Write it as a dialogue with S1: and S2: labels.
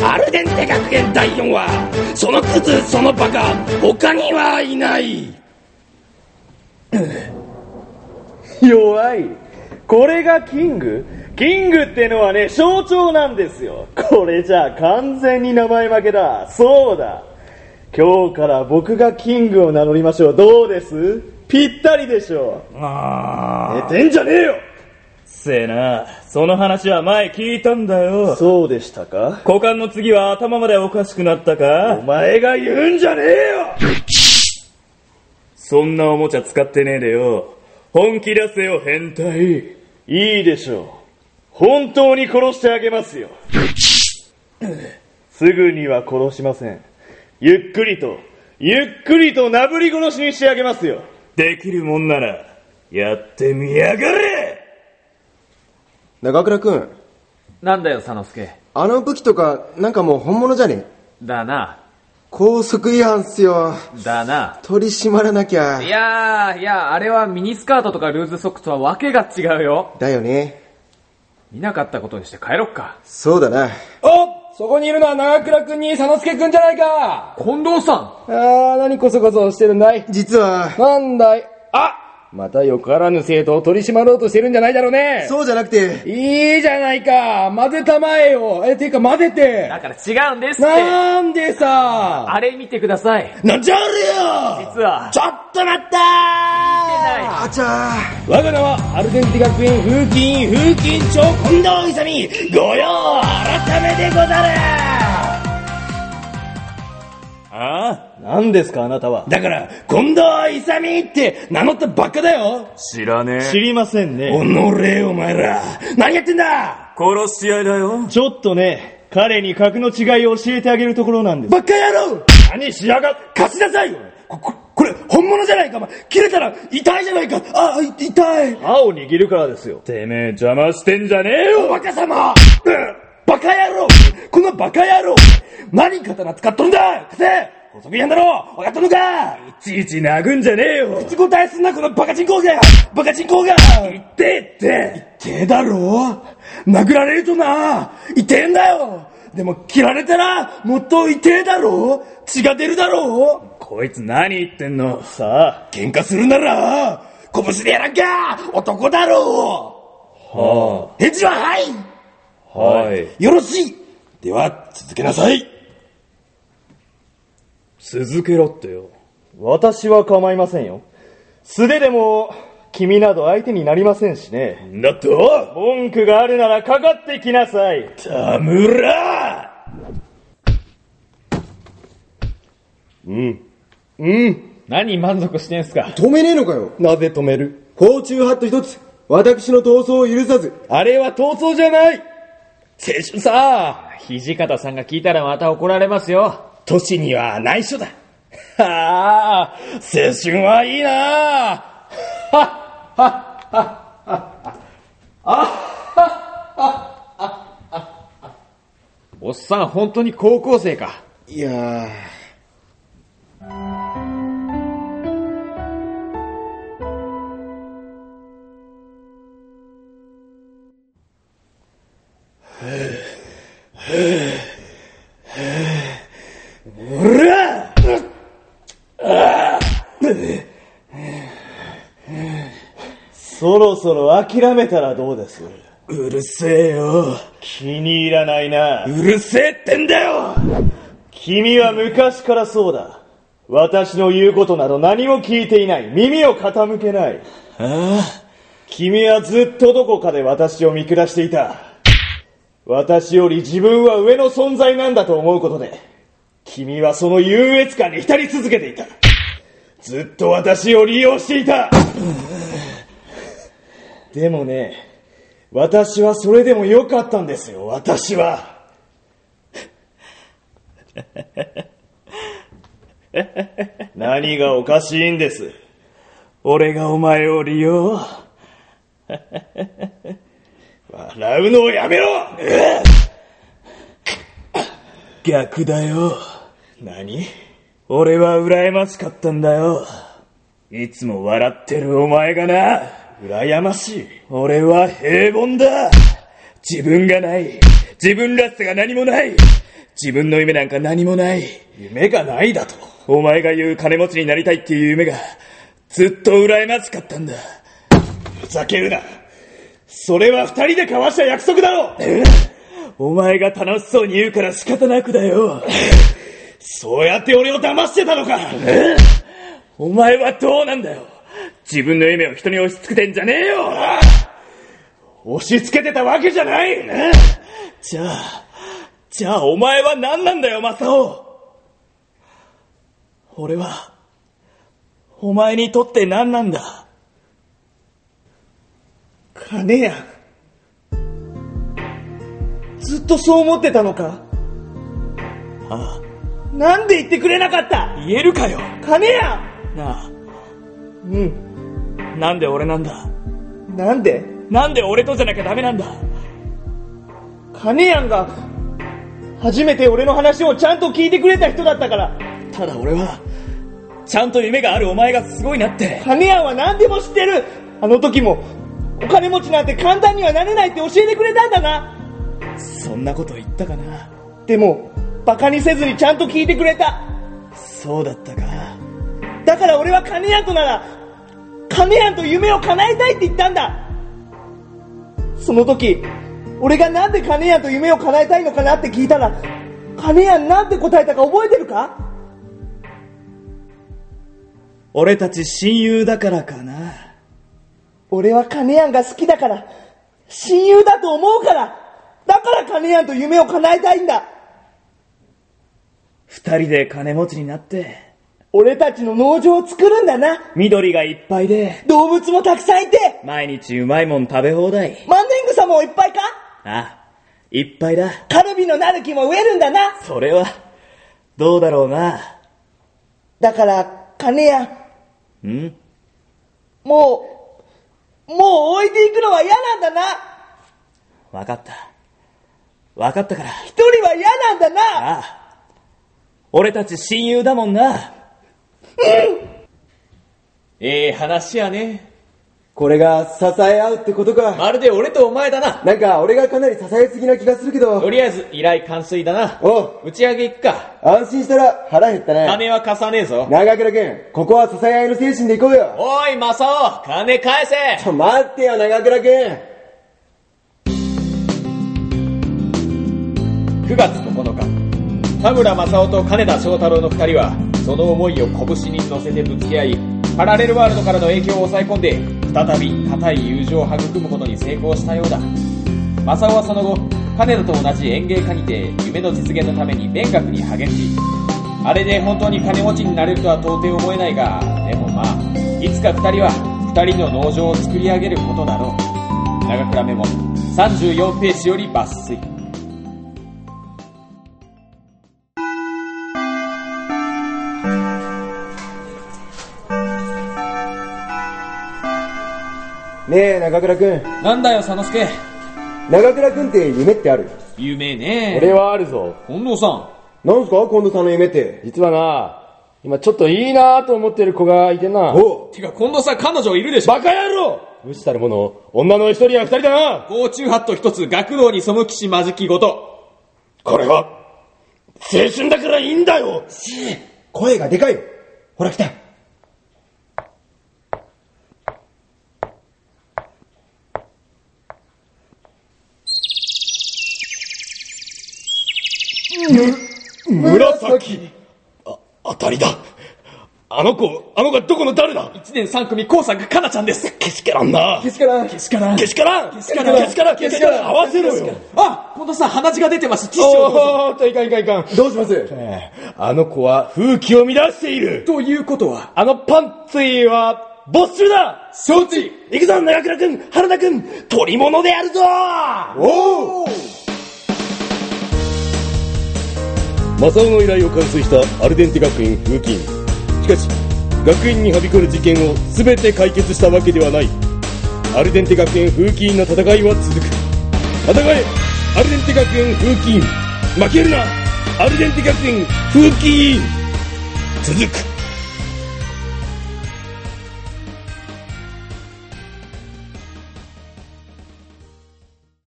S1: 丸源手学園第4話そのクズそのバカ他にはいない
S2: 弱いこれがキングキングってのはね象徴なんですよこれじゃあ完全に名前負けだそうだ今日から僕がキングを名乗りましょうどうですぴったりでしょう
S3: ああ。
S2: 寝てんじゃねえよ
S3: せえな。その話は前聞いたんだよ。
S2: そうでしたか
S3: 股間の次は頭までおかしくなった
S2: お
S3: か
S2: 前が言うんじゃねえよ
S3: そんなおもちゃ使ってねえでよ。本気出せよ、変態。
S2: いいでしょう本当に殺してあげますよすぐには殺しませんゆっくりとゆっくりとなぶり殺しにしてあげますよ
S3: できるもんなら、やってみやがれ
S4: 長倉くん、
S5: なんだよ、佐之助。
S4: あの武器とか、なんかもう本物じゃね
S5: だな。
S4: 高速違反っすよ。
S5: だな。
S4: 取り締まらなきゃ
S5: い。やー、いやー、あれはミニスカートとかルーズソックスとはわけが違うよ。
S4: だよね。
S5: 見なかったことにして帰ろっか。
S4: そうだな。
S6: おそこにいるのは長倉くんに佐之助くんじゃないか
S5: 近藤さ
S6: あー、何こそこそしてるんだい
S4: 実は、
S6: なんだいあまたよからぬ生徒を取り締まろうとしてるんじゃないだろうね
S4: そうじゃなくて、
S6: いいじゃないか混ぜたまえよえ、てか混ぜ
S5: ん
S6: て
S5: だから違うんですって
S6: なんでさ
S5: あれ見てください。
S1: なんじゃあれよ
S5: 実は、
S1: ちょっと待った
S5: な
S4: あちゃ
S6: 我が名はアルデンテ学園風紀委員風紀委員長
S1: 近藤勇御用改めでござる
S3: ああ
S2: 何ですかあなたは
S1: だから近藤勇って名乗ったばっかだよ
S3: 知らね
S2: 知りませんね
S1: おのれお前ら何やってんだ
S3: 殺し合いだよ。
S2: ちょっとね彼に格の違いを教えてあげるところなんです
S1: バカ野郎何しやがっ貸しなさいよこここれ本物じゃないかお前切れたら痛いじゃないかあい痛い
S2: 歯を握るからですよ
S3: てめえ邪魔してんじゃねえ
S1: お
S3: よ
S1: 若様、うん、バカ野郎このバカ野郎何刀使っとるんだくせ細くやんだろ分かっとるのかいちいち殴んじゃねえよ口答えすんなこのバカ人口がバカ人口が言ってって言ってえだろ殴られるとな言ってえんだよでも切られたらもっと痛えだろ血が出るだろ
S3: こいつ何言ってんの
S2: さあ
S1: 喧嘩するなら拳でやらんか男だろ
S3: は
S1: 返事ははい
S3: あ、はい。
S1: よろしいでは、続けなさい
S3: 続けろってよ。
S2: 私は構いませんよ素手でも君など相手になりませんしね
S3: だと
S2: 文句があるならかかってきなさい
S3: 田村
S5: 何満足してんすか
S4: 止めねえのかよ。
S2: なぜ止める
S4: 包中ハット一つ。私の闘争を許さず。
S2: あれは闘争じゃない
S1: 青春さ、
S5: 土方さんが聞いたらまた怒られますよ。
S1: 都市には内緒だ。はあ、青春はいいなあ
S5: おっさん本当に高校生か。
S4: いやー。
S2: そろそろ諦めたらどうです
S1: うるせえよ。
S2: 気に入らないな
S1: うるせえってんだよ
S2: 君は昔からそうだ私の言うことなど何も聞いていない耳を傾けない君はずっとどこかで私を見下していた私より自分は上の存在なんだと思うことで君はその優越感に浸り続けていたずっと私を利用していたでもね私はそれでもよかったんですよ私は何がおかしいんです
S3: 俺がお前を利用
S2: 笑うのをやめろ
S3: 逆だよ。
S2: 何
S3: 俺は羨ましかったんだよ。いつも笑ってるお前がな、
S2: 羨ましい
S3: 俺は平凡だ。自分がない。自分らしさが何もない。自分の夢なんか何もない。
S2: 夢がないだと。
S3: お前が言う金持ちになりたいっていう夢が、ずっと羨ましかったんだ。
S2: ふざけるな。それは二人で交わした約束だろ
S3: お前が楽しそうに言うから仕方なくだよ。
S2: そうやって俺を騙してたのか
S3: お前はどうなんだよ。自分の夢を人に押し付けてんじゃねえよ
S2: 押し付けてたわけじゃない
S3: じゃあ、じゃあお前は何なんだよ、マサオ俺は、お前にとって何なんだ
S2: 金や。ずっとそう思ってたのかあなんで言ってくれなかった
S3: 言えるかよ
S2: 金や
S3: なあ、
S2: うん。
S3: なんで俺なんだ
S2: なんで
S3: なんで俺とじゃなきゃダメなんだ
S2: 金やんが、初めて俺の話をちゃんと聞いてくれた人だったから、
S3: ただ俺は、ちゃんと夢があるお前がすごいなって。
S2: 金やんは何でも知ってるあの時も、お金持ちなんて簡単にはなれないって教えてくれたんだな
S3: そんなこと言ったかな
S2: でも、バカにせずにちゃんと聞いてくれた
S3: そうだったか。
S2: だから俺は金やんとなら、金やんと夢を叶えたいって言ったんだその時、俺がなんで金やんと夢を叶えたいのかなって聞いたら、金やんなんて答えたか覚えてるか
S3: 俺たち親友だからかな。
S2: 俺は金やんが好きだから、親友だと思うから、だから金やんと夢を叶えたいんだ
S3: 二人で金持ちになって、
S2: 俺たちの農場を作るんだな
S3: 緑がいっぱいで、
S2: 動物もたくさんいて
S3: 毎日うまいもん食べ放題。
S2: 万年草もいっぱいか
S3: あ、いっぱいだ。
S2: カルビのなる木も植えるんだな
S3: それは、どうだろうな。
S2: だから、金やん、
S3: ん
S2: もう、もう置いていくのは嫌なんだな
S3: わかった。わかったから。
S2: 一人は嫌なんだな
S3: ああ。俺たち親友だもんな。
S7: ええ話やね。
S4: これが支え合うってことか。
S7: まるで俺とお前だな。
S4: なんか俺がかなり支えすぎな気がするけ
S7: と
S4: ど。
S7: りあえず、依頼完遂だな。
S4: おう、
S7: 打ち上げ行くか。
S4: 安心したら腹減ったね。
S7: 金は貸さねえぞ。
S4: 長倉くん、ここは支え合いの精神でいこうよ。
S7: おい、マサオ金返せ
S4: ちょ、待ってよ、長倉くん。
S7: !9 月9日、田村正夫と金田正太郎の二人は、その思いを拳に乗せてぶつけ合い、パラレルワールドからの影響を抑え込んで、再び固い友情を育むことに成功したようだ。正雄はその後、金田と同じ園芸家にて夢の実現のために勉学に励んでいる。あれで本当に金持ちになれるとは到底思えないが、でもまあ、いつか二人は二人の農場を作り上げることだろう。長倉メモ、34ページより抜粋。
S4: ねえ、長倉くん。
S7: なんだよ、佐之助。
S4: 長倉くんって夢ってある
S7: 夢ね
S1: 俺はあるぞ。
S7: 近藤さん。
S4: なんすか近藤さんの夢って。
S1: 実はな、今ちょっといいなと思ってる子がいてな。
S4: おう、
S7: てか、近藤さん彼女いるでしょ
S1: バカ野郎無視たる者、女の一人や二人だな
S7: 号中ハット一つ、学童に背きしまじきごと。
S1: これは、青春だからいいんだよ
S4: 声がでかいよ。ほら来た。
S1: 紫あ、当たりだあの子、あの子はどこの誰だ
S7: 一年三組、高作かなちゃんです。
S1: けしからんな
S4: けしからん。
S7: けしからん
S1: けしからんけ
S7: しからん
S1: けしからんけしからん合わせろよ
S7: あ近藤さん、鼻血が出てます。ティッシュをどうぞ
S1: おーっと、いかんいかんいかん。
S4: どうします
S1: ええあの子は風紀を乱している
S7: ということは、
S1: あのパンツィは、没収だ
S7: 承知
S1: 行くぞ、長倉君原田君取り物であるぞ
S4: おう
S1: マサオの依頼を完遂したアルデンテ学院風紀委員しかし学院にはびこる事件を全て解決したわけではないアルデンテ学園風紀委員の戦いは続く戦えアルデンテ学園風紀委員負けるなアルデンテ学園風紀委員続く